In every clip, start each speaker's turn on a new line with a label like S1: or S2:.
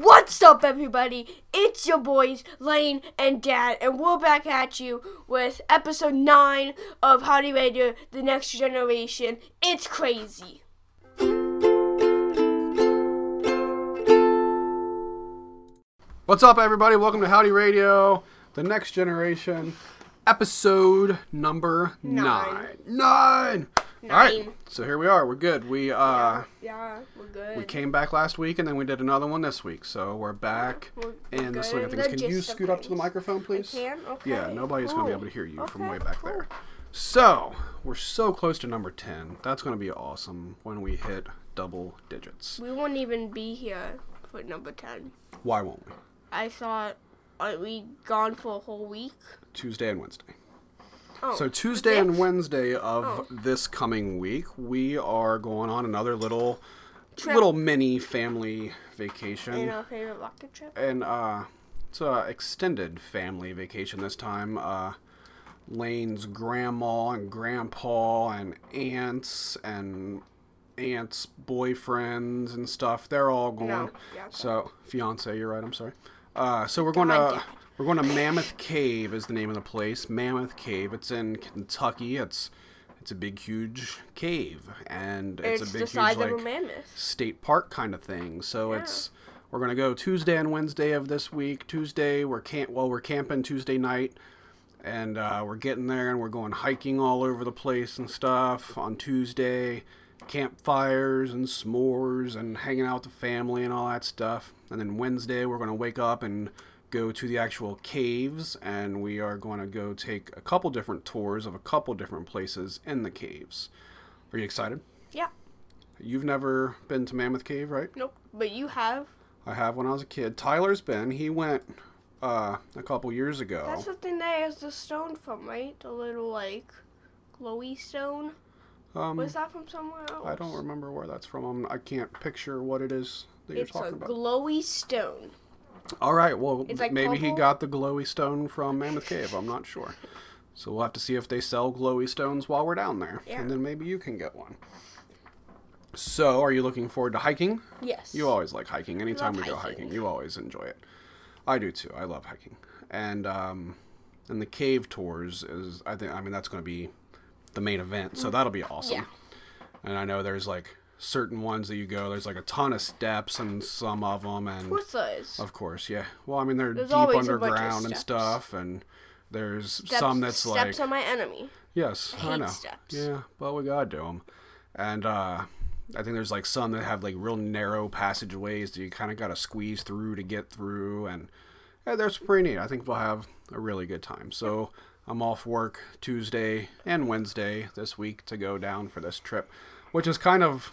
S1: What's up, everybody? It's your boys, Lane and Dad, and we're back at you with episode 9 of How to Radio The Next Generation. It's crazy.
S2: What's up, everybody? Welcome to Howdy Radio, the next generation, episode number nine. Nine. All right.
S1: Nine.
S2: So here we are. We're good. We uh,
S1: Yeah, we're good.
S2: we came back last week, and then we did another one this week. So we're back
S1: We're
S2: in the
S1: good
S2: swing of
S1: in
S2: things.
S1: the
S2: Can you
S1: gist of
S2: scoot up to the
S1: things.
S2: microphone, please?
S1: can? Okay,
S2: Yeah. Nobody's gonna be
S1: cool.
S2: able to hear you from
S1: Okay,
S2: way back
S1: cool.
S2: there. So we're so close to number ten. That's gonna be awesome when we hit double digits.
S1: We won't even be here for number 10.
S2: Why won't we?
S1: I thought, are we gone for a whole week?
S2: Tuesday and Wednesday.
S1: Oh,
S2: So Tuesday and
S1: it?
S2: Wednesday of
S1: Oh.
S2: this coming week, we are going on another little,
S1: Trip.
S2: little mini family
S1: In
S2: vacation,
S1: our favorite rocket trip?
S2: and uh, it's a extended family vacation this time. Uh, Lane's grandma and grandpa and aunts and aunts' boyfriends and stuff. They're all going.
S1: No, yeah, okay.
S2: So fiance, you're right. I'm sorry. Uh, so we're going to we're going to Mammoth Cave is the name of the place. Mammoth Cave. It's in Kentucky. It's it's a big huge cave and it's,
S1: It's,
S2: a big
S1: the size
S2: huge
S1: of a
S2: like
S1: mammoth.
S2: state park kind of thing. So it's we're gonna go Tuesday and Wednesday of this week. Tuesday we're camp well we're camping Tuesday night, and uh, we're getting there and we're going hiking all over the place and stuff on Tuesday. Campfires and s'mores and hanging out with the family and all that stuff. And then Wednesday we're gonna wake up and go to the actual caves and we are going to go take a couple different tours of a couple different places in the caves. Are you excited?
S1: Yeah.
S2: You've never been to Mammoth Cave, right?
S1: Nope. But you have.
S2: I have when I was a kid. Tyler's been. He went uh, a couple years ago.
S1: That's the thing that has the stone from, right? The little like glowy stone.
S2: um,
S1: Was that from somewhere else?
S2: I don't remember where that's from. I'm, I can't picture what it is that
S1: It's
S2: you're
S1: a
S2: talking about.
S1: glowy stone.
S2: All right, well,
S1: It's like
S2: maybe he
S1: purple.
S2: got the glowy stone from Mammoth Cave. I'm not sure. So we'll have to see if they sell glowy stones while we're down there.
S1: Yeah.
S2: And then maybe you can get one. So, are you looking forward to hiking?
S1: Yes.
S2: You always like hiking. Anytime we
S1: love
S2: go
S1: hiking.
S2: hiking, you always enjoy it. I do too. I love hiking, and um, and the cave tours is I think I mean that's going to be the main event, so that'll be awesome.
S1: Mm. Yeah.
S2: And I know there's like certain ones that you go. There's like a ton of steps and some of them, and
S1: What size?
S2: of course, yeah. Well, I mean they're
S1: There's
S2: deep
S1: always a bunch of
S2: underground and
S1: steps.
S2: stuff, and there's some that's like
S1: steps are my enemy.
S2: Yes, I
S1: hate
S2: know.
S1: steps.
S2: Yeah, but we gotta do them. And uh, I think there's like some that have like real narrow passageways that you kind of gotta squeeze through to get through, and yeah, that's pretty neat. I think we'll have a really good time. So I'm off work Tuesday and Wednesday this week to go down for this trip, which is kind of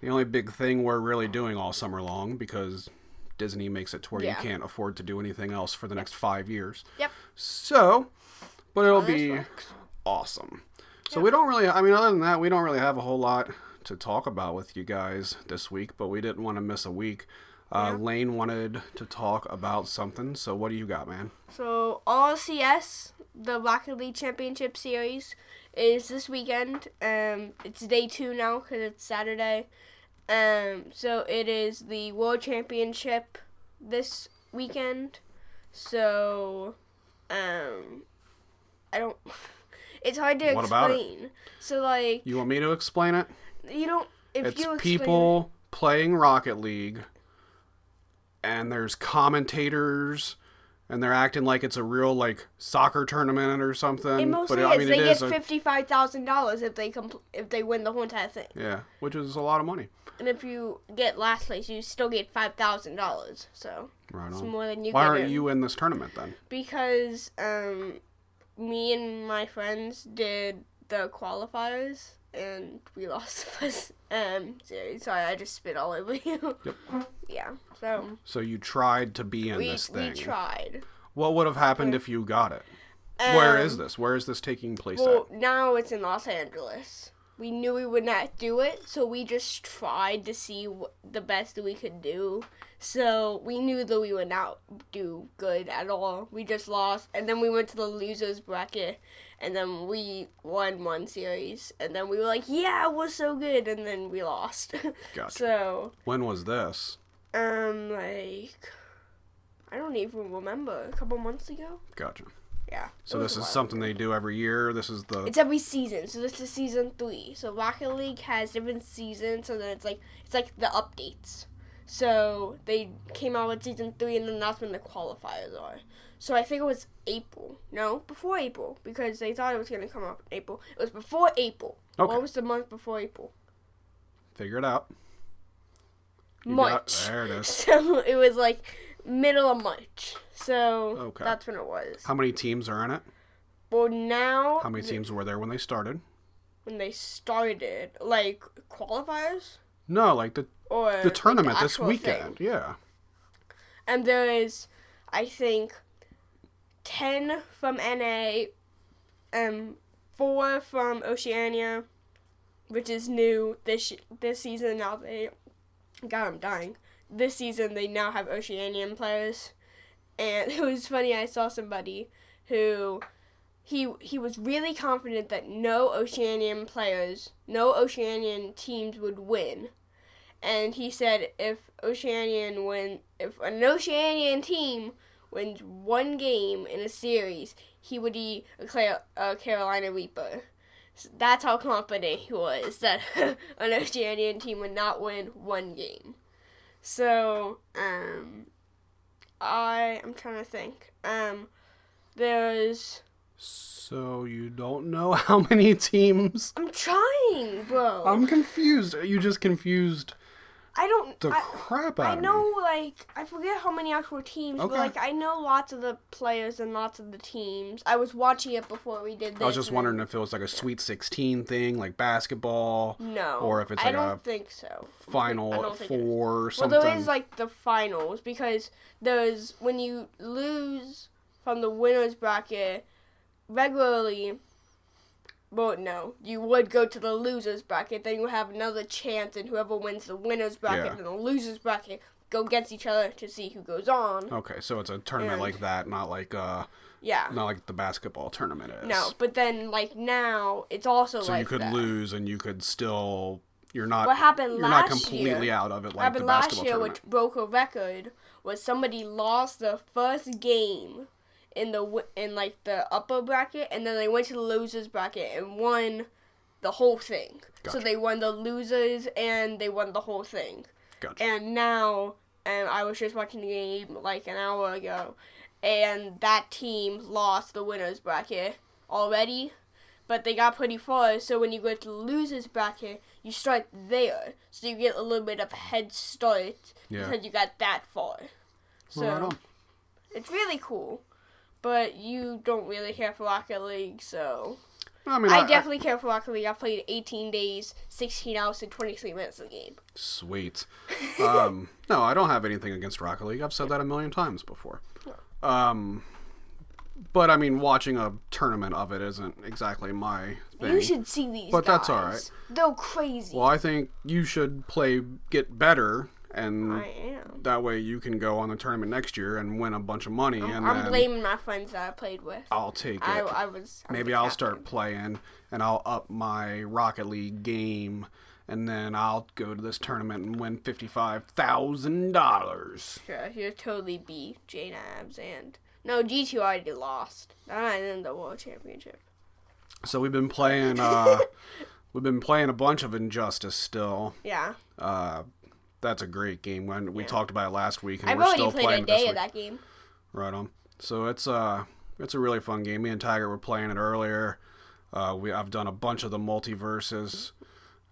S2: the only big thing we're really doing all summer long because Disney makes it to where
S1: Yeah.
S2: you can't afford to do anything else for the next five years.
S1: Yep.
S2: So, but it'll
S1: this
S2: be
S1: works.
S2: awesome. So we don't really, I mean, other than that, we don't really have a whole lot to talk about with you guys this week. But we didn't want to miss a week. Uh, Lane wanted to talk about something. So what do you got, man?
S1: So RCS, the Rocket League Championship Series, is this weekend. Um, it's day two now because it's Saturday. Um, so it is the World Championship this weekend. So, um, I don't. It's hard to
S2: What about it?
S1: explain. So like
S2: You want me to explain it?
S1: you don't. If
S2: It's
S1: you explain
S2: people playing Rocket League, and there's commentators. And they're acting like it's a real like soccer tournament or something.
S1: It mostly
S2: but
S1: is.
S2: I mean,
S1: they
S2: it
S1: get
S2: is a-
S1: fifty five thousand dollars if they compl- if they win the whole entire thing.
S2: yeah, which is a lot of money.
S1: And if you get last place, you still get five thousand dollars. So
S2: Right
S1: it's
S2: on.
S1: more than you
S2: Why
S1: get
S2: aren't
S1: in.
S2: you in this tournament then?
S1: Because um, me and my friends did the qualifiers and we lost the first um series. Sorry, I just spit all over you.
S2: Yep.
S1: Yeah. So
S2: So you tried to be in
S1: we
S2: this
S1: we
S2: thing.
S1: tried.
S2: What would have happened if you got it? Where is
S1: Um,
S2: this? Where is this taking place
S1: Well, now it's in Los Angeles. We knew we would not do it, so we just tried to see wh- the best that we could do. So we knew that we would not do good at all. We just lost, and then we went to the losers bracket, and then we won one series, and then we were like, "Yeah, we're so good," and then we lost.
S2: Gotcha.
S1: so
S2: at? When was this?
S1: um like I don't even remember a couple months ago.
S2: Gotcha.
S1: Yeah.
S2: So
S1: it
S2: this
S1: was a
S2: is
S1: while.
S2: something they do every year. This is the
S1: It's every season, so this is season three. So Rocket League has different seasons, so then it's like it's like the updates. So they came out with season three, and then that's when the qualifiers are. So I think it was April. No, before April because they thought it was gonna come out in April. It was before April.
S2: Okay.
S1: What was the month before April?
S2: figure it out. You got-
S1: March.
S2: there it is.
S1: So it was like middle of March. So
S2: Okay.
S1: that's when it was.
S2: How many teams are in it?
S1: Well, now
S2: How many teams were there when they started?
S1: when they started, like qualifiers
S2: No, like the
S1: or like,
S2: the tournament this
S1: actual thing.
S2: weekend. Yeah.
S1: and there is, I think, ten from NA, um, four from Oceania, which is new this sh- this season. Now they, God, I'm dying. This season they now have Oceanian players, and it was funny. I saw somebody who. He, he was really confident that no Oceanian players, no Oceanian teams would win and he said if Oceanian win if an Oceanian team wins one game in a series, he would be a, Cla- a Carolina Reaper. So that's how confident he was that an Oceanian team would not win one game. So, um, I I'm trying to think. Um, there's
S2: So you don't know how many teams?
S1: I'm trying, bro.
S2: I'm confused. You just confused
S1: I don't.
S2: the
S1: I-
S2: crap
S1: I
S2: out of me.
S1: know, like, I forget how many actual teams,
S2: Okay.
S1: but, like, I know lots of the players and lots of the teams. I was watching it before we did this.
S2: I was just
S1: and-
S2: wondering if it was like a Sweet 16 thing, like basketball
S1: No.
S2: or if it's
S1: I
S2: like
S1: don't
S2: a
S1: think so. Mm, I
S2: final
S1: don't think it is.
S2: four or
S1: Well,
S2: something.
S1: there is, like, the finals, because there's, when you lose from the winner's bracket regularly, well, no, you would go to the loser's bracket, then you have another chance, and whoever wins the winner's bracket
S2: Yeah.
S1: and the loser's bracket go against each other to see who goes on.
S2: okay, so it's a tournament
S1: and-
S2: like that, not like uh,
S1: Yeah.
S2: not like the basketball tournament is.
S1: No, but then like now it's also
S2: So
S1: like
S2: you could
S1: that.
S2: lose and you could still you're not
S1: What happened
S2: you're
S1: last
S2: not completely
S1: year?
S2: out of it like
S1: happened
S2: the
S1: last
S2: basketball
S1: year,
S2: tournament.
S1: which broke a record, was somebody lost the first game in the w- in like the upper bracket, and then they went to the losers bracket and won the whole thing.
S2: Gotcha.
S1: So they won the losers and they won the whole thing.
S2: Gotcha.
S1: And now, and I was just watching the game like an hour ago, and that team lost the winners bracket already, but they got pretty far. So when you go to the losers bracket, you start there, so you get a little bit of a head start
S2: Yeah.
S1: because you got that far. So
S2: Right on.
S1: it's really cool, but you don't really care for Rocket League, so
S2: No, I mean,
S1: I definitely care for Rocket League. I played 18 days, 16 hours, and 23 minutes of the game.
S2: Sweet. Um, no, I don't have anything against Rocket League. I've said that a million times before. Um, but I mean, watching a tournament of it isn't exactly my thing.
S1: You should see these.
S2: But that's all
S1: guys. They're crazy.
S2: well, I think you should play, get better, and
S1: I am.
S2: that way you can go on the tournament next year and win a bunch of money, and
S1: Oh, I'm
S2: then
S1: blaming my friends that I played with.
S2: I'll take it.
S1: I, I was. I
S2: Maybe
S1: was
S2: I'll
S1: happy.
S2: start playing and I'll up my Rocket League game and then I'll go to this tournament and win $55,000.
S1: Sure, you'll totally beat J Nabs and. No, G2 already lost. Then I in the World Championship.
S2: So we've been playing uh we've been playing a bunch of Injustice still.
S1: Yeah.
S2: Uh that's a great game. When we talked about it last week and
S1: I've
S2: we're
S1: already
S2: still
S1: played
S2: playing
S1: a
S2: it
S1: day
S2: this
S1: of
S2: week.
S1: that game.
S2: Right on. So it's uh it's a really fun game. Me and Tiger were playing it earlier. Uh, we I've done a bunch of the multiverses.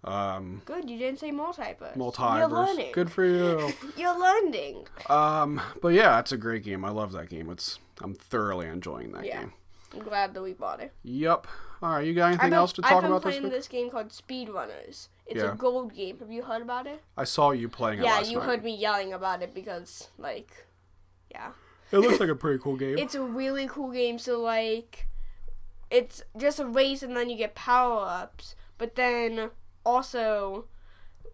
S2: Um
S1: Good, you didn't say multiverse. You're learning.
S2: multiverse. Good for you.
S1: You're learning.
S2: Um, but yeah, it's a great game. I love that game. It's I'm thoroughly enjoying that
S1: Yeah.
S2: game.
S1: I'm glad that we bought it.
S2: Yep. All right, you got anything
S1: I've been,
S2: else to
S1: I've
S2: talk
S1: been
S2: about this
S1: playing
S2: week?
S1: this game called Speedrunners. It's
S2: Yeah.
S1: a gold game. Have you heard about it?
S2: I saw you playing it
S1: yeah,
S2: last
S1: you
S2: night.
S1: heard me yelling about it because, like, yeah.
S2: It looks like a pretty cool game.
S1: it's a really cool game. So like, it's just a race, and then you get power ups. But then also,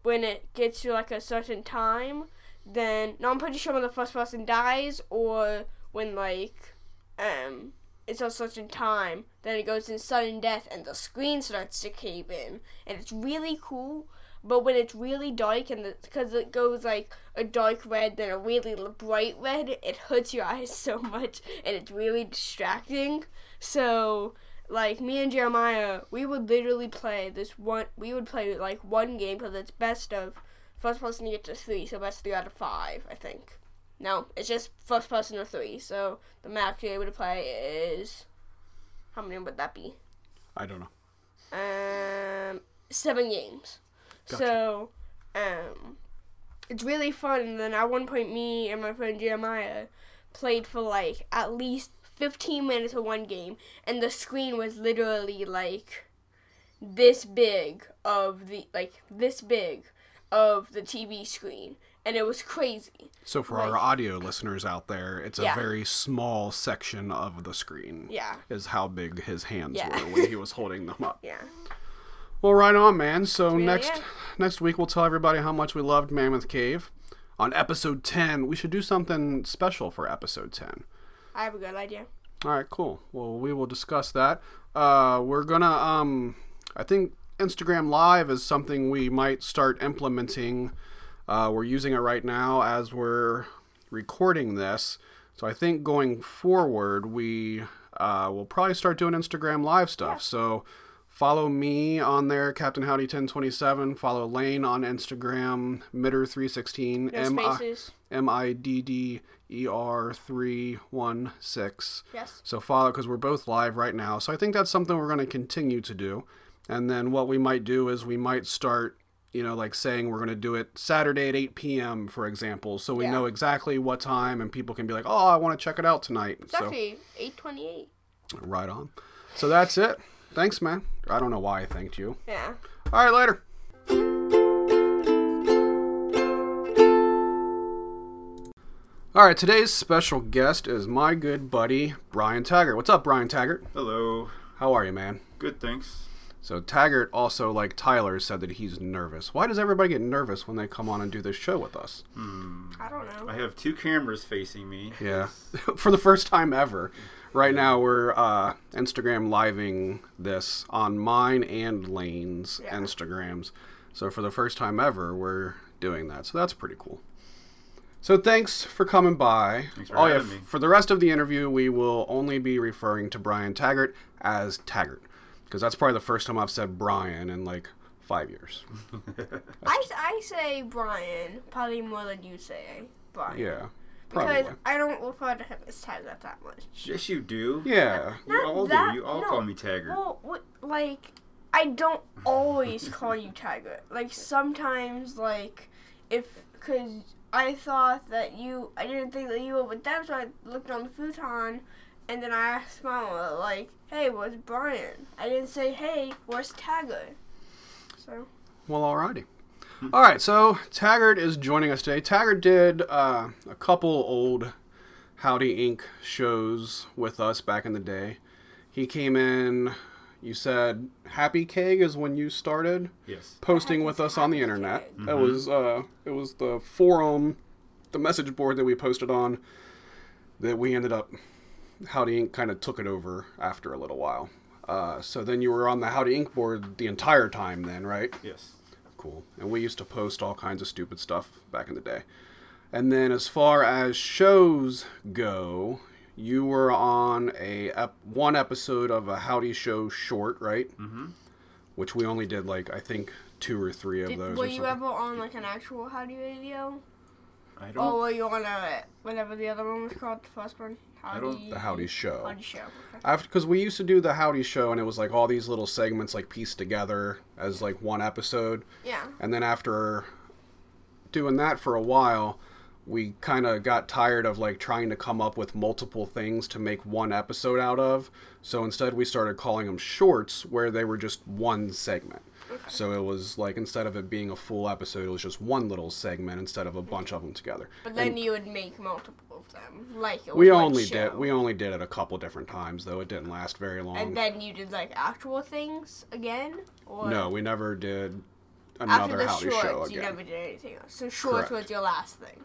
S1: when it gets to like a certain time, then no, I'm pretty sure when the first person dies, or when like, um, it's a certain time, then it goes in sudden death, and the screen starts to cave in, and it's really cool. But when it's really dark and because it goes like a dark red then a really l- bright red, it hurts your eyes so much and it's really distracting. So like me and Jeremiah, we would literally play this one. We would play like one game because it's best of first person to get to three, so that's three out of five, I think. No, it's just first person to three. So the max you're able to play is how many would that be?
S2: I don't know.
S1: Um, seven games.
S2: Gotcha.
S1: So, um, it's really fun. And then at one point, me and my friend Jeremiah played for like at least 15 minutes of one game, and the screen was literally like this big of the like this big of the TV screen, and it was crazy.
S2: So for our
S1: Right.
S2: audio listeners out there, it's a
S1: Yeah.
S2: very small section of the screen.
S1: Yeah.
S2: Is how big his hands
S1: Yeah.
S2: were when he was holding them up.
S1: Yeah.
S2: Well, right on, man. So
S1: really
S2: next
S1: it.
S2: next week we'll tell everybody how much we loved Mammoth Cave. On episode 10, we should do something special for episode 10.
S1: I have a good idea.
S2: All right, cool. Well, we will discuss that. Uh, we're gonna, um, I think Instagram Live is something we might start implementing. Uh, we're using it right now as we're recording this. So I think going forward, we uh, will probably start doing Instagram Live stuff. So follow me on there, Captain Howdy 1027. Follow Lane on Instagram, Mitter 316.
S1: No spaces.
S2: M I D D E R 316.
S1: Yes.
S2: So follow because we're both live right now. So I think that's something we're going to continue to do. And then what we might do is we might start, you know, like saying we're going to do it Saturday at 8 p.m., for example. So we
S1: Yeah.
S2: know exactly what time and people can be like, oh, I want to check it out tonight.
S1: It's actually 828.
S2: So right on. So that's it. Thanks, man. I don't know why I thanked you.
S1: Yeah.
S2: All right, later. All right, today's special guest is my good buddy, Brian Taggart. What's up, Brian Taggart?
S3: Hello.
S2: How are you, man?
S3: Good, thanks.
S2: So, Taggart also, like Tyler, said that he's nervous. Why does everybody get nervous when they come on and do this show with us?
S1: I don't know.
S3: I have two cameras facing me.
S2: Yeah. For the first time ever. Right now, we're uh, Instagram living this on mine and Lane's
S1: Yeah.
S2: Instagrams. So, for the first time ever, we're doing that. So, that's pretty cool. So, thanks for coming by. Oh,
S3: Thanks for having me.
S2: For the rest of the interview, we will only be referring to Brian Taggart as Taggart. Because that's probably the first time I've said Brian in like five years.
S1: I, I say Brian probably more than you say Brian.
S2: Yeah.
S1: Because
S2: Probably.
S1: I don't refer to him as Taggart that much.
S3: Yes, you do.
S2: Yeah.
S3: You
S1: Not
S3: all
S1: that-
S3: do. You all
S1: no.
S3: call me Taggart.
S1: Well, what, like, I don't always call you Taggart. Like, sometimes, like, if, because I thought that you, I didn't think that you were with them, so I looked on the futon, and then I asked Mama, like, hey, where's Brian? I didn't say, hey, where's Taggart? So,
S2: Well, alrighty. All right, so Taggart is joining us today. Taggart did uh, a couple old Howdy Inc. shows with us back in the day. He came in, you said Happy Keg is when you started
S3: Yes.
S2: posting with us on the internet. It was uh, it was the forum, the message board that we posted on that we ended up Howdy Inc. kind of took it over after a little while. Uh, so then you were on the Howdy Inc. board the entire time, then, right?
S3: Yes.
S2: Cool. And we used to post all kinds of stupid stuff back in the day. And then as far as shows go, you were on a ep- one episode of a Howdy Show short, right? Mm-hmm. Which we only did like I think two or three of
S1: did,
S2: those.
S1: were
S2: or
S1: you
S2: something.
S1: ever on, like, an actual Howdy Radio?
S3: I don't.
S1: Oh, well, you want to whatever the other one was called, the first one. Howdy,
S3: don't-
S2: the Howdy Show?
S1: Howdy show. Okay.
S2: After because we used to do the Howdy Show, and it was like all these little segments like pieced together as like one episode.
S1: Yeah.
S2: And then after doing that for a while, we kind of got tired of like trying to come up with multiple things to make one episode out of. So instead, we started calling them shorts, where they were just one segment. So it was like instead of it being a full episode, it was just one little segment instead of a bunch of them together.
S1: But then you would make multiple of them, like it
S2: We
S1: was one
S2: only
S1: show.
S2: did we only did it a couple different times though. It didn't last very long.
S1: And then you did like actual things again, or
S2: no, we never did
S1: after
S2: another
S1: the
S2: Howdy
S1: shorts
S2: Show again.
S1: you never did anything else. So shorts
S2: Correct.
S1: was your last thing.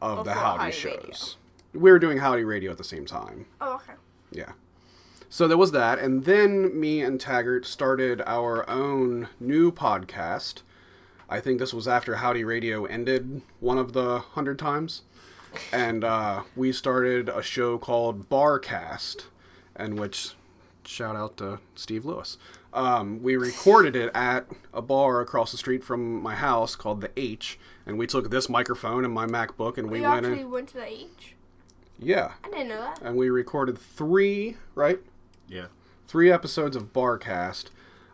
S2: of the
S1: Before
S2: Howdy,
S1: Howdy Radio.
S2: shows. We were doing Howdy Radio at the same time.
S1: Oh, okay.
S2: Yeah. So there was that. And then me and Taggart started our own new podcast I think this was after Howdy Radio ended one of the hundred times, and uh, we started a show called Barcast, and which shout out to Steve Lewis. Um, we recorded it at a bar across the street from my house called the H, and we took this microphone and my MacBook, and we,
S1: We
S2: went
S1: actually
S2: in.
S1: went to the H.
S2: Yeah,
S1: I didn't know that.
S2: and we recorded three right
S3: Yeah.
S2: three episodes of Barcast.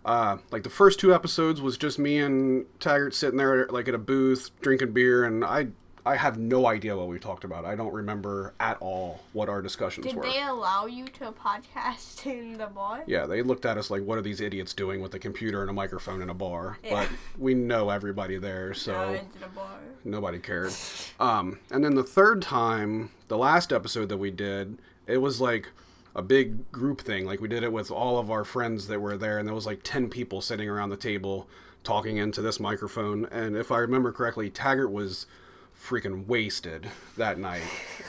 S2: Uh, like the first two episodes was just me and Taggart sitting there like at a booth drinking beer, and I I have no idea what we talked about. I don't remember at all what our discussions
S1: Did
S2: were.
S1: they allow you to podcast in the bar?
S2: Yeah, they looked at us like, "What are these idiots doing with a computer and a microphone in a bar?"
S1: Yeah.
S2: But we know everybody there, so
S1: No, into the bar.
S2: nobody cared. Um, and then the third time, the last episode that we did, it was like a big group thing. Like we did it with all of our friends that were there, and there was like ten people sitting around the table talking into this microphone. And if I remember correctly, Taggart was freaking wasted that night,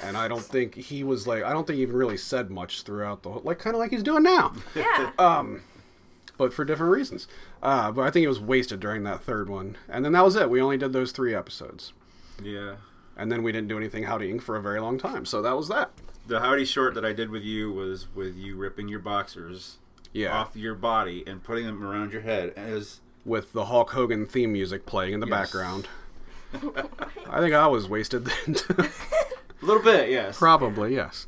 S2: and I don't think he was like I don't think he even really said much throughout the whole, like kind of like he's doing now
S1: Yeah.
S2: but for different reasons. Uh, but I think it was wasted during that third one. And then that was it. We only did those three episodes.
S3: Yeah.
S2: And then we didn't do anything Howdy Inc. for a very long time. So that was that.
S3: The howdy short that I did with you was with you ripping your boxers
S2: Yeah.
S3: off your body and putting them around your head as
S2: With the Hulk Hogan theme music playing in the
S3: Yes.
S2: background. I think I was wasted then.
S3: a little bit, yes.
S2: Probably, yes.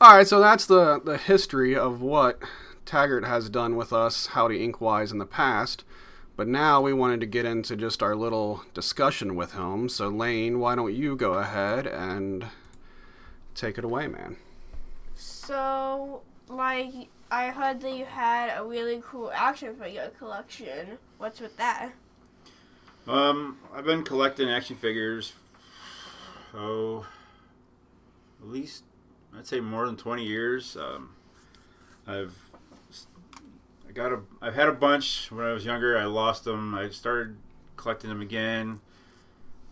S2: All right, so that's the, the history of what Taggart has done with us, Howdy Inc. wise, in the past. But now we wanted to get into just our little discussion with him. So, Lane, why don't you go ahead and take it away, man?
S1: so, like, I heard that you had a really cool action figure collection. What's with that?
S3: Um, I've been collecting action figures. Oh, at least I'd say more than twenty years. Um, I've I got a I've had a bunch when I was younger. I lost them. I started collecting them again.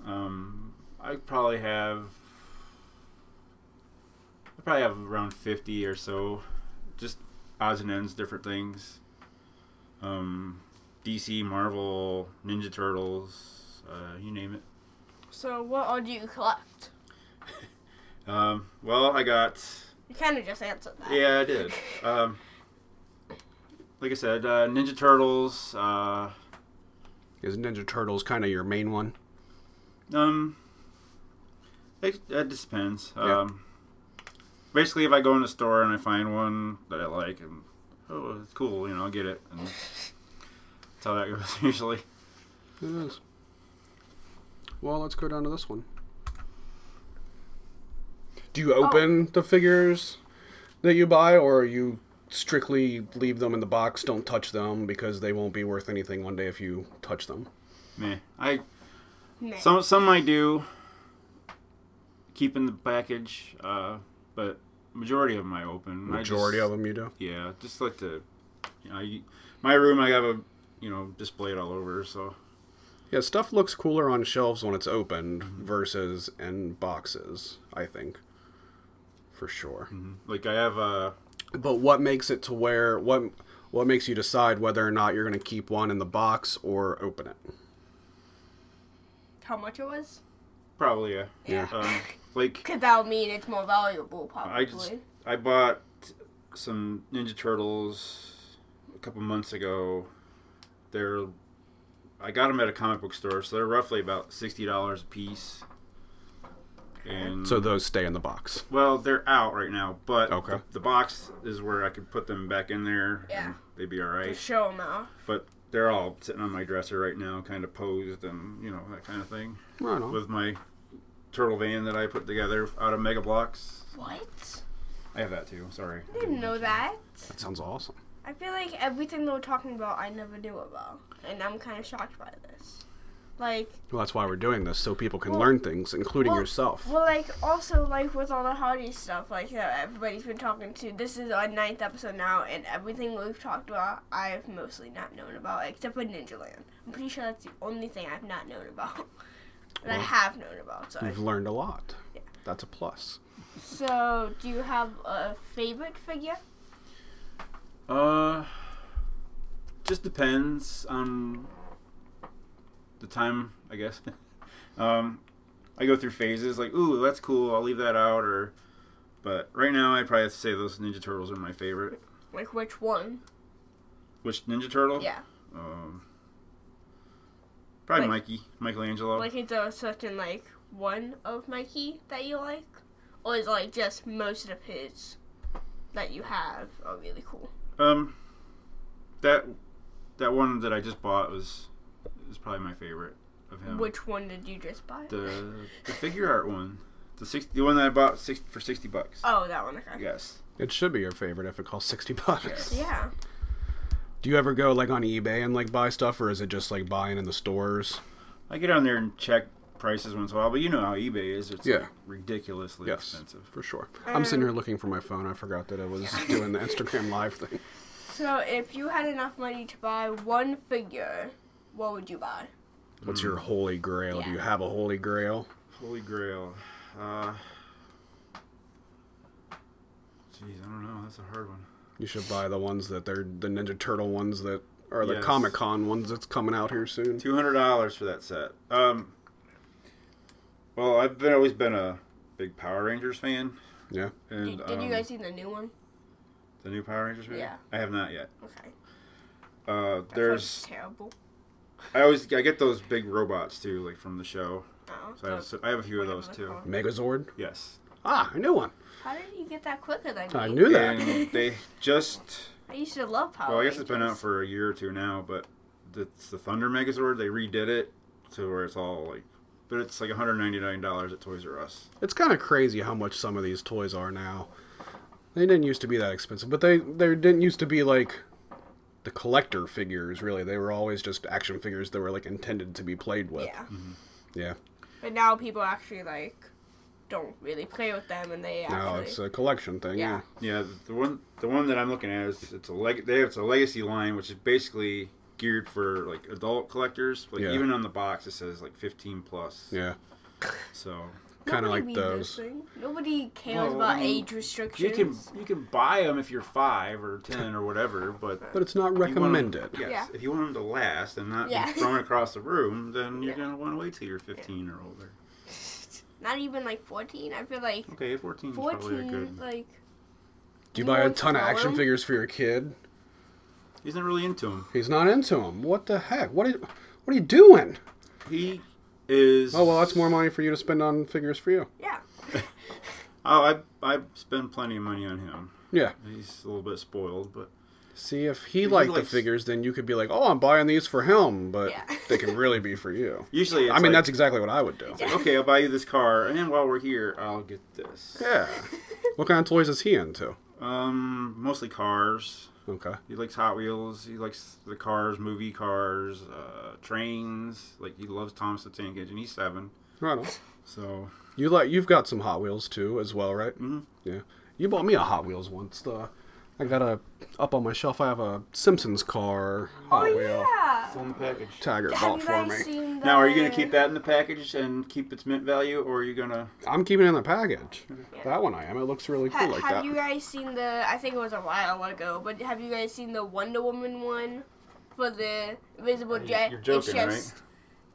S3: Um, I probably have I probably have around fifty or so, just odds and ends, different things. Um, DC, Marvel, Ninja Turtles, uh, you name it.
S1: So, what all do you collect?
S3: Um, well, I got.
S1: You kind of just answered that.
S3: Yeah, I did. Um, like I said, uh, Ninja Turtles. Uh,
S2: Is Ninja Turtles kind of your main one?
S3: um, it, it just depends.
S2: Yeah.
S3: Um, basically, if I go in a store and I find one that I like, and oh, it's cool, you know, I'll get it. And that's how that goes usually.
S2: It is. Well, let's go down to this one. Do you
S3: Oh.
S2: open the figures that you buy, or you strictly leave them in the box, don't touch them because they won't be worth anything one day if you touch them?
S3: Meh. I
S1: Nah.
S3: Some some I do keep in the package, uh, but majority of them I open.
S2: Majority
S3: I
S2: of
S3: just,
S2: them you do.
S3: Yeah, just like to, you know, I, my room I have a, you know, displayed all over. So
S2: Yeah, stuff looks cooler on shelves when it's opened versus in boxes, I think. For sure.
S3: like I have uh
S2: But what makes it to where what what makes you decide whether or not you're going to keep one in the box or open it?
S1: How much it was?
S3: probably a,
S2: Yeah.
S3: um, like
S1: Because that would mean it's more valuable, probably.
S3: I just I bought some Ninja Turtles a couple months ago. They're I got them at a comic book store, so they're roughly about sixty dollars a piece. And
S2: So those stay in the box.
S3: Well, they're out right now, but
S2: Okay.
S3: the, the box is where I could put them back in there.
S1: Yeah.
S3: and they'd be all
S1: To
S3: right.
S1: show them off.
S3: But they're all sitting on my dresser right now, kind of posed and you know that kind of thing,
S2: Right on.
S3: with my turtle van that I put together out of Mega Blocks.
S1: What?
S3: I have that too. Sorry.
S1: I didn't know that.
S2: that sounds awesome.
S1: I feel like everything they were talking about, I never knew about. And I'm kind of shocked by this. Like,
S2: Well, that's why we're doing this so people can
S1: Well-
S2: learn things, including
S1: well-
S2: yourself.
S1: well, like, also, like, with all the holiday stuff, like, that everybody's been talking to, this is our ninth episode now, and everything we've talked about, I've mostly not known about, except for Ninja Land. I'm pretty sure that's the only thing I've not known about. that I
S2: Well-
S1: have known about, so.
S2: You've learned a lot. That's a plus.
S1: So, do you have a favorite figure?
S3: Uh, just depends on the time, I guess. um, I go through phases like, ooh, that's cool. I'll leave that out. Or, but right now, I'd probably have to say those Ninja Turtles are my favorite.
S1: Like which one?
S3: Which Ninja Turtle?
S1: Yeah.
S3: Um, probably
S1: Like-
S3: Mikey, Michelangelo.
S1: Like is there a certain like one of Mikey that you like, or is it, like just most of his that you have are really cool?
S3: um, that that one that I just bought was is probably my favorite of him.
S1: Which one did you just buy?
S3: Um, the the figure art one, the six, the one that I bought six, for sixty bucks.
S1: oh, that one. Okay.
S3: Yes.
S2: It should be your favorite if it costs sixty bucks.
S3: Yes.
S1: Yeah.
S2: Do you ever go like on eBay and like buy stuff, or is it just like buying in the stores?
S3: I get on there and check prices once in a while, but you know how eBay is. It's
S2: Yeah.
S3: like, ridiculously
S2: Yes,
S3: expensive.
S2: for sure. I'm sitting here looking for my phone. I forgot that I was doing the Instagram live thing.
S1: So if you had enough money to buy one figure, what would you buy?
S2: What's
S3: Mm.
S2: your holy grail? Do you
S1: Yeah.
S2: have a holy grail?
S3: Holy Grail. Uh, Jeez, I don't know. That's a hard one.
S2: You should buy the ones that they're the Ninja Turtle ones that are the
S3: Yes.
S2: Comic Con ones that's coming out here soon.
S3: Two hundred dollars for that set. Um. Well, I've been always been a big Power Rangers fan,
S2: Yeah.
S3: and
S1: did did you
S3: um,
S1: guys see the new one?
S3: the new Power Rangers movie?
S1: Yeah.
S3: I have not yet.
S1: Okay.
S3: Uh,
S1: That
S3: there's
S1: sounds terrible.
S3: I always I get those big robots too, like from the show.
S1: Oh,
S3: So I have,
S1: so-
S3: so I have a few of
S1: whatever
S3: those
S1: they're
S3: too.
S1: called.
S2: Megazord.
S3: Yes,
S2: Ah, I knew one.
S1: How did you get that quicker than me?
S2: I knew that.
S3: and they just
S1: I used to love Power
S3: well, I guess it's been out
S1: Rangers.
S3: for a year or two now, but it's the Thunder Megazord. They redid it to where it's all like, but it's like 199 dollars at Toys R Us.
S2: It's kind of crazy how much some of these toys are now. They didn't used to be that expensive, but they there didn't used to be like the collector figures really. They were always just action figures that were like intended to be played with.
S1: Yeah.
S3: Mm-hmm.
S2: Yeah.
S1: But now people actually like don't really play with them, and they actually.
S2: Now
S3: uh,
S2: it's a collection thing. Yeah.
S1: Yeah.
S3: Yeah, the- the one the one that I'm looking at is it's a leg they have it's a legacy line which is basically geared for like adult collectors. Like
S2: Yeah.
S3: even on the box it says like 15 plus.
S2: Yeah.
S3: So
S2: Kind of
S1: Nobody
S2: like
S1: reads
S2: those.
S1: things. Nobody cares
S3: Well,
S1: about
S3: I mean,
S1: age
S3: you
S1: restrictions.
S3: can you can buy them if you're five or ten or whatever, but
S2: But it's not
S3: you want 'em-
S2: recommended.
S3: yes,
S1: Yeah.
S3: if you want them to last and not
S1: Yeah.
S3: be thrown across the room, then you're
S1: Yeah.
S3: gonna want to wait till you're 15 or older.
S1: Not even like fourteen. I feel like
S3: Okay, 14 is probably a
S1: fourteen,
S3: good.
S1: like
S2: Do
S1: You
S2: you buy a
S1: want
S2: ton of
S1: smaller
S2: action
S1: ones?
S2: figures for your kid?
S3: He's not really into them.
S2: He's not into them. What the heck? What are, what are you doing?
S3: He is.
S2: Oh well, that's more money for you to spend on figures for you.
S1: yeah.
S3: Oh, I I spend plenty of money on him.
S2: Yeah.
S3: He's a little bit spoiled, but
S2: See, if he liked the
S3: likes-
S2: figures, then you could be like, "Oh, I'm buying these for him," but
S1: Yeah.
S2: they can really be for you.
S3: usually it's
S2: I mean,
S3: like-
S2: that's exactly what I would do.
S3: Like, okay, I'll buy you this car, and while we're here, I'll get this.
S2: Yeah. what kind of toys is he into?
S3: Um, mostly cars.
S2: Okay.
S3: He likes Hot Wheels. He likes the cars, movie cars, uh, trains. Like he loves Thomas the Tank Engine. He's seven,
S2: Right on.
S3: so
S2: You like you've got some Hot Wheels too, as well, right? Mm-hmm. Yeah. You bought me a Hot Wheels once. The I got a up on my shelf. I have a Simpsons car Hot Wheel.
S1: Oh, yeah.
S3: on the package.
S2: Tiger
S1: Have you
S2: bought for
S1: guys
S2: me.
S1: seen the...
S3: Now, are you gonna keep that in the package and keep its mint value, or are you gonna?
S2: I'm keeping it in the package. That one I am. It looks really
S1: Ha-
S2: cool like
S1: have
S2: that.
S1: you guys seen the? I think it was a while ago, but have you guys seen the Wonder Woman one for the Invisible Jet?
S3: you're joking,
S1: it's just,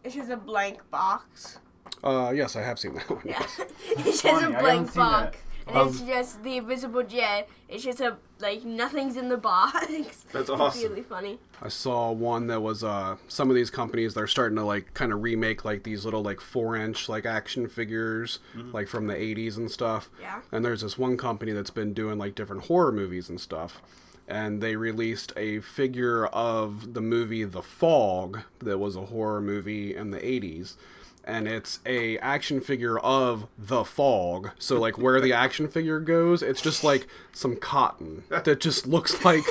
S1: It's just a blank box.
S2: Uh, yes, I have seen that one.
S1: Yeah.
S2: yes.
S1: it's just
S3: funny.
S1: a
S3: I haven't
S1: blank
S3: seen that. Um,
S1: box. And it's just the invisible jet. It's just a like nothing's in the box.
S3: That's
S1: It's
S3: awesome.
S1: really funny.
S2: I saw one that was uh some of these companies they're starting to like kind of remake like these little like four inch like action figures like from the 80s and stuff.
S1: Yeah.
S2: And there's this one company that's been doing like different horror movies and stuff. And they released a figure of the movie The Fog that was a horror movie in the 80s. And it's a action figure of the fog. So like where the action figure goes, it's just like some cotton that just looks like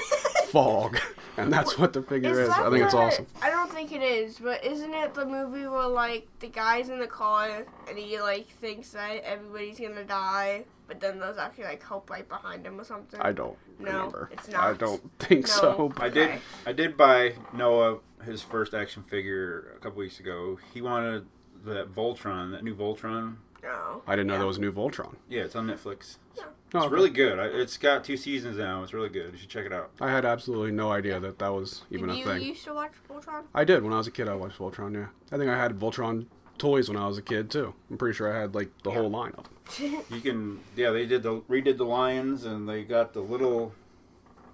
S2: fog. And that's what the figure is.
S1: that
S2: I think it's
S1: the-
S2: awesome.
S1: I don't think it is, but isn't it the movie where like the guy's in the car and he like thinks that everybody's gonna die, but then there's actually like hope right behind him or something?
S2: I don't
S1: No,
S2: remember.
S1: it's
S2: I
S1: not.
S2: don't think
S1: No.
S2: so.
S3: I
S2: But
S3: did.
S1: Okay.
S3: I did buy Noah his first action figure a couple weeks ago. He wanted that Voltron, that new Voltron.
S1: No.
S2: I didn't know
S1: Yeah.
S2: there was a new Voltron.
S3: Yeah, it's on Netflix.
S1: Yeah.
S2: Oh,
S3: It's
S2: okay.
S3: really good. I, it's got two seasons now. It's really good. You should check it out.
S2: I had absolutely no idea that that was even
S1: Did
S2: a
S1: you
S2: thing.
S1: used to watch Voltron?
S2: I did when I was a kid. I watched Voltron. Yeah, I think I had Voltron toys when I was a kid too. I'm pretty sure I had like the whole line of them.
S3: You can, yeah, they did the redid the lions and they got the little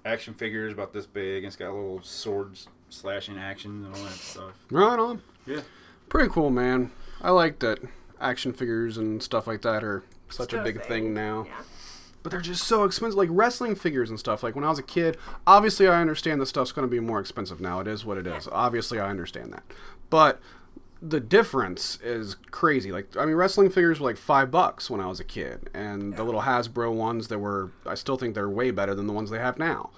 S3: action figures about this big. And it's got little swords slashing action and all that stuff.
S2: Right on.
S3: Yeah.
S2: Pretty cool, man. I like that action figures and stuff like that are such
S1: Still
S2: a
S1: a
S2: big
S1: thing.
S2: thing now.
S1: Yeah.
S2: But they're just so expensive. Like wrestling figures and stuff. Like when I was a kid, obviously I understand the stuff's going to be more expensive now. It is what it is. Obviously I understand that. But the difference is crazy. Like I mean, wrestling figures were like five bucks when I was a kid, and the little Hasbro ones that were I still think they're way better than the ones they have now.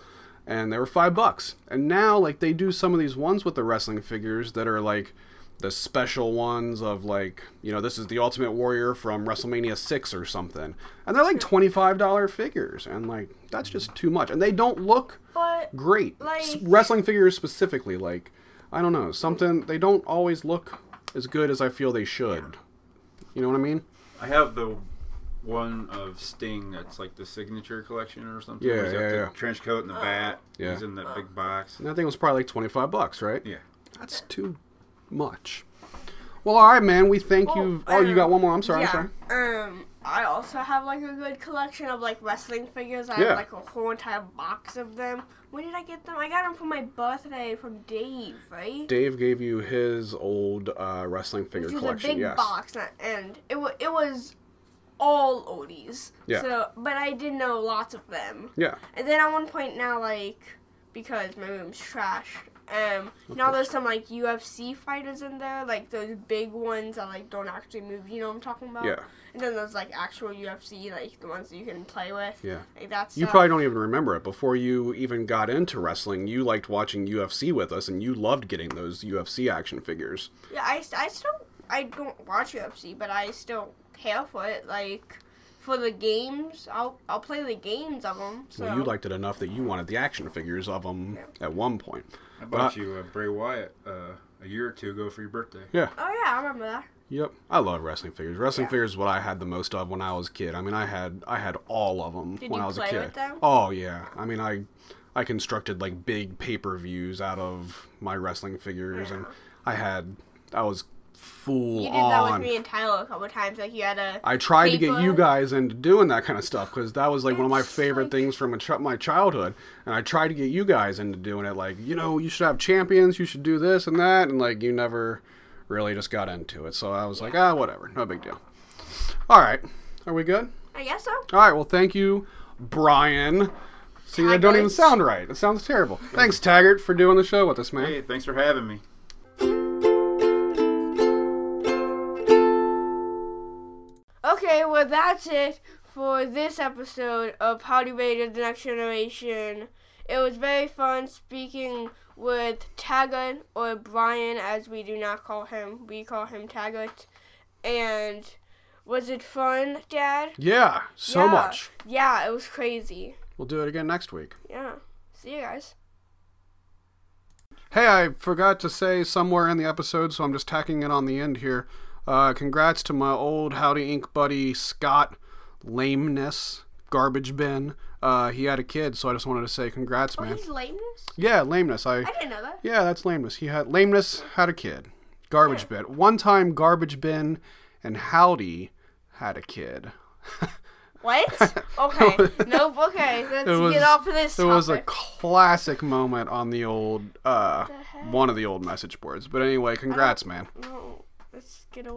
S2: And they were five bucks. And now like they do some of these ones with the wrestling figures that are like the special ones of like you know this is the Ultimate Warrior from WrestleMania six or something, and they're like twenty five dollar figures, and like that's just too much. And they don't look
S1: But
S2: great. S-
S1: Like-
S2: wrestling figures specifically, like I don't know, something they don't always look as good as I feel they should. You know what I mean?
S3: I have the one of Sting that's like the signature collection or something.
S2: Yeah,
S3: where he's got
S2: yeah,
S3: the
S2: yeah.
S3: Trench coat and the bat.
S2: Yeah.
S3: He's in that big box.
S2: And that thing was probably like twenty five bucks, right?
S3: Yeah.
S2: That's too much. Well, all right, man. We thank you.
S1: Well,
S2: Oh, you got
S1: um,
S2: one more. I'm sorry. I'm
S1: yeah.
S2: sorry.
S1: Um, I also have like a good collection of like wrestling figures. I
S2: Yeah.
S1: have like a whole entire box of them. When did I get them? I got them for my birthday from Dave, right?
S2: Dave gave you his old uh, wrestling figure
S1: Which was a
S2: collection.
S1: big
S2: yes.
S1: box, and- and it wa it was all oldies.
S2: Yeah.
S1: So, but I did know lots of them.
S2: Yeah.
S1: And then at one point now, like, because my room's trash, um, now there's some, like, UFC fighters in there, like, those big ones that, like, don't actually move, you know what I'm talking about?
S2: Yeah.
S1: And then there's, like, actual UFC, like, the ones that you can play with.
S2: Yeah.
S1: Like, that's.
S2: You probably don't even remember it. Before you even got into wrestling, you liked watching UFC with us, and you loved getting those UFC action figures.
S1: Yeah, I, st- I still. I don't watch UFC, but I still care for it, like. For the games, I'll I'll play the games of them. So
S2: Well, you liked it enough that you wanted the action figures of them at one point.
S3: I bought
S2: But I-
S3: you a Bray Wyatt uh, a year or two ago for your birthday.
S2: Yeah.
S1: Oh yeah, I remember that.
S2: Yep. I love wrestling figures. Wrestling figures is what I had the most of when I was a kid. I mean, I had I had all of them
S1: Did
S2: when
S1: you
S2: I was a
S1: play
S2: kid.
S1: with them?
S2: Oh yeah. I mean, I I constructed like big pay-per-views out of my wrestling figures and I had I was full
S1: You did
S2: on
S1: that with me and Tyler a couple times. Like you had a.
S2: I tried to get
S1: Paper.
S2: you guys into doing that kind of stuff because that was like one of my
S1: It's
S2: favorite
S1: like-
S2: things from a ch- my childhood, and I tried to get you guys into doing it. Like, you know, you should have champions, you should do this and that, and like you never really just got into it. So I was like, ah, whatever, no big deal. All right, are we good?
S1: I guess so.
S2: All right, well, thank you, Brian. See, that don't even
S1: Taggart.
S2: sound right. It sounds terrible. Thanks, Taggart, for doing the show with us, man.
S3: Hey, thanks for having me.
S1: Okay, well, that's it for this episode of How to Rate the Next Generation. It was very fun speaking with Taggart, or Brian, as we do not call him. We call him Taggart. And was it fun, Dad?
S2: Yeah, so
S1: Yeah.
S2: much.
S1: Yeah, it was crazy.
S2: We'll do it again next week.
S1: Yeah. See you guys.
S2: Hey, I forgot to say somewhere in the episode, so I'm just tacking it on the end here. Uh, congrats to my old Howdy Ink buddy Scott Lameness Garbage Bin. Uh, he had a kid, so I just wanted to say congrats,
S1: Oh,
S2: man.
S1: he's lameness?
S2: Yeah, lameness. I
S1: I didn't know that.
S2: yeah, that's lameness. He had lameness had a kid. Garbage bin. One time, garbage bin and Howdy had a kid.
S1: What? Okay. nope. Okay. Let's
S2: It was-
S1: get off of this.
S2: It was a
S1: topic.
S2: classic moment on the old uh, one of the old message boards. But anyway, congrats, man.
S1: No. Let's get away.